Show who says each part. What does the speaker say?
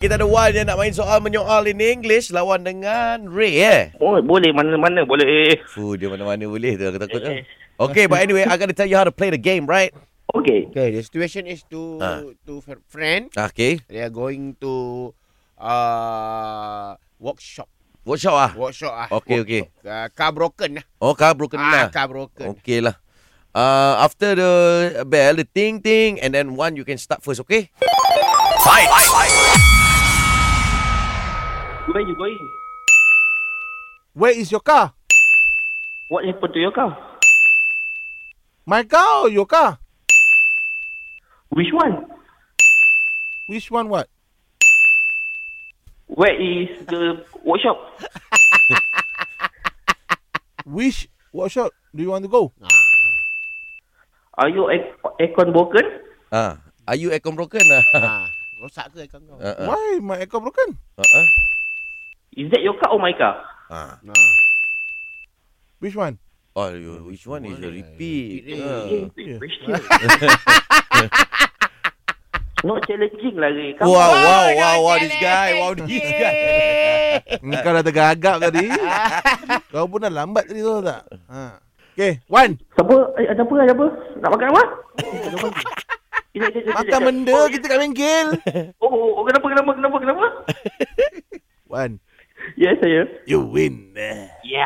Speaker 1: Kita ada Wan yang nak main soal menyoal in English lawan dengan Ray eh.
Speaker 2: Oh, boleh mana-mana boleh.
Speaker 1: Fuh, dia mana-mana boleh tu aku takut tu.
Speaker 2: Eh, eh.
Speaker 1: Okay, but anyway, I gotta tell you how to play the game, right?
Speaker 2: Okay.
Speaker 3: Okay, the situation is to
Speaker 1: Ah.
Speaker 3: to fr- friend.
Speaker 1: Okay.
Speaker 3: They are going to uh workshop.
Speaker 1: Watch out ah.
Speaker 3: Workshop ah.
Speaker 1: Okay, okay.
Speaker 3: workshop. Uh, car broken lah.
Speaker 1: Oh, car broken
Speaker 3: ah,
Speaker 1: lah.
Speaker 3: car broken.
Speaker 1: Okay lah. Uh, after the bell, the ting ting, and then one you can start first, okay?
Speaker 2: Where you going?
Speaker 4: Where is your car?
Speaker 2: What happened to your car?
Speaker 4: My car or your car?
Speaker 2: Which one?
Speaker 4: Which one what?
Speaker 2: Where is the workshop?
Speaker 4: Which workshop do you want to go?
Speaker 2: Are you air- aircon broken?
Speaker 1: Ah, are you aircon broken ah?
Speaker 3: Ah, rosak ke ikan kau?
Speaker 1: Ah, ah,
Speaker 4: Why my aircon broken?
Speaker 1: ah, ah.
Speaker 2: Is that your car or my car?
Speaker 1: Ah.
Speaker 3: Nah.
Speaker 4: Which one?
Speaker 1: Oh, you- which one is your repeat?
Speaker 3: Repeat,
Speaker 1: Ah.
Speaker 2: Eh,
Speaker 4: yeah.
Speaker 2: question. Not challenging lah, Ray.
Speaker 1: Wow,
Speaker 2: Come on.
Speaker 1: wow, wow, wow, this guy, wow, this guy.
Speaker 4: Kau dah tergagap tadi. Kau pun dah lambat tadi tahu tak? Ha. Okay, one.
Speaker 2: Siapa? Eh, Ada apa? Ada apa? Nak makan apa? Kejap, kejap, kejap,
Speaker 4: Makan
Speaker 2: kejap.
Speaker 4: benda kita kat bengkel.
Speaker 2: Oh, oh, oh, kenapa, kenapa, kenapa, kenapa?
Speaker 4: One.
Speaker 2: Yes, saya.
Speaker 4: You win.
Speaker 2: Yeah.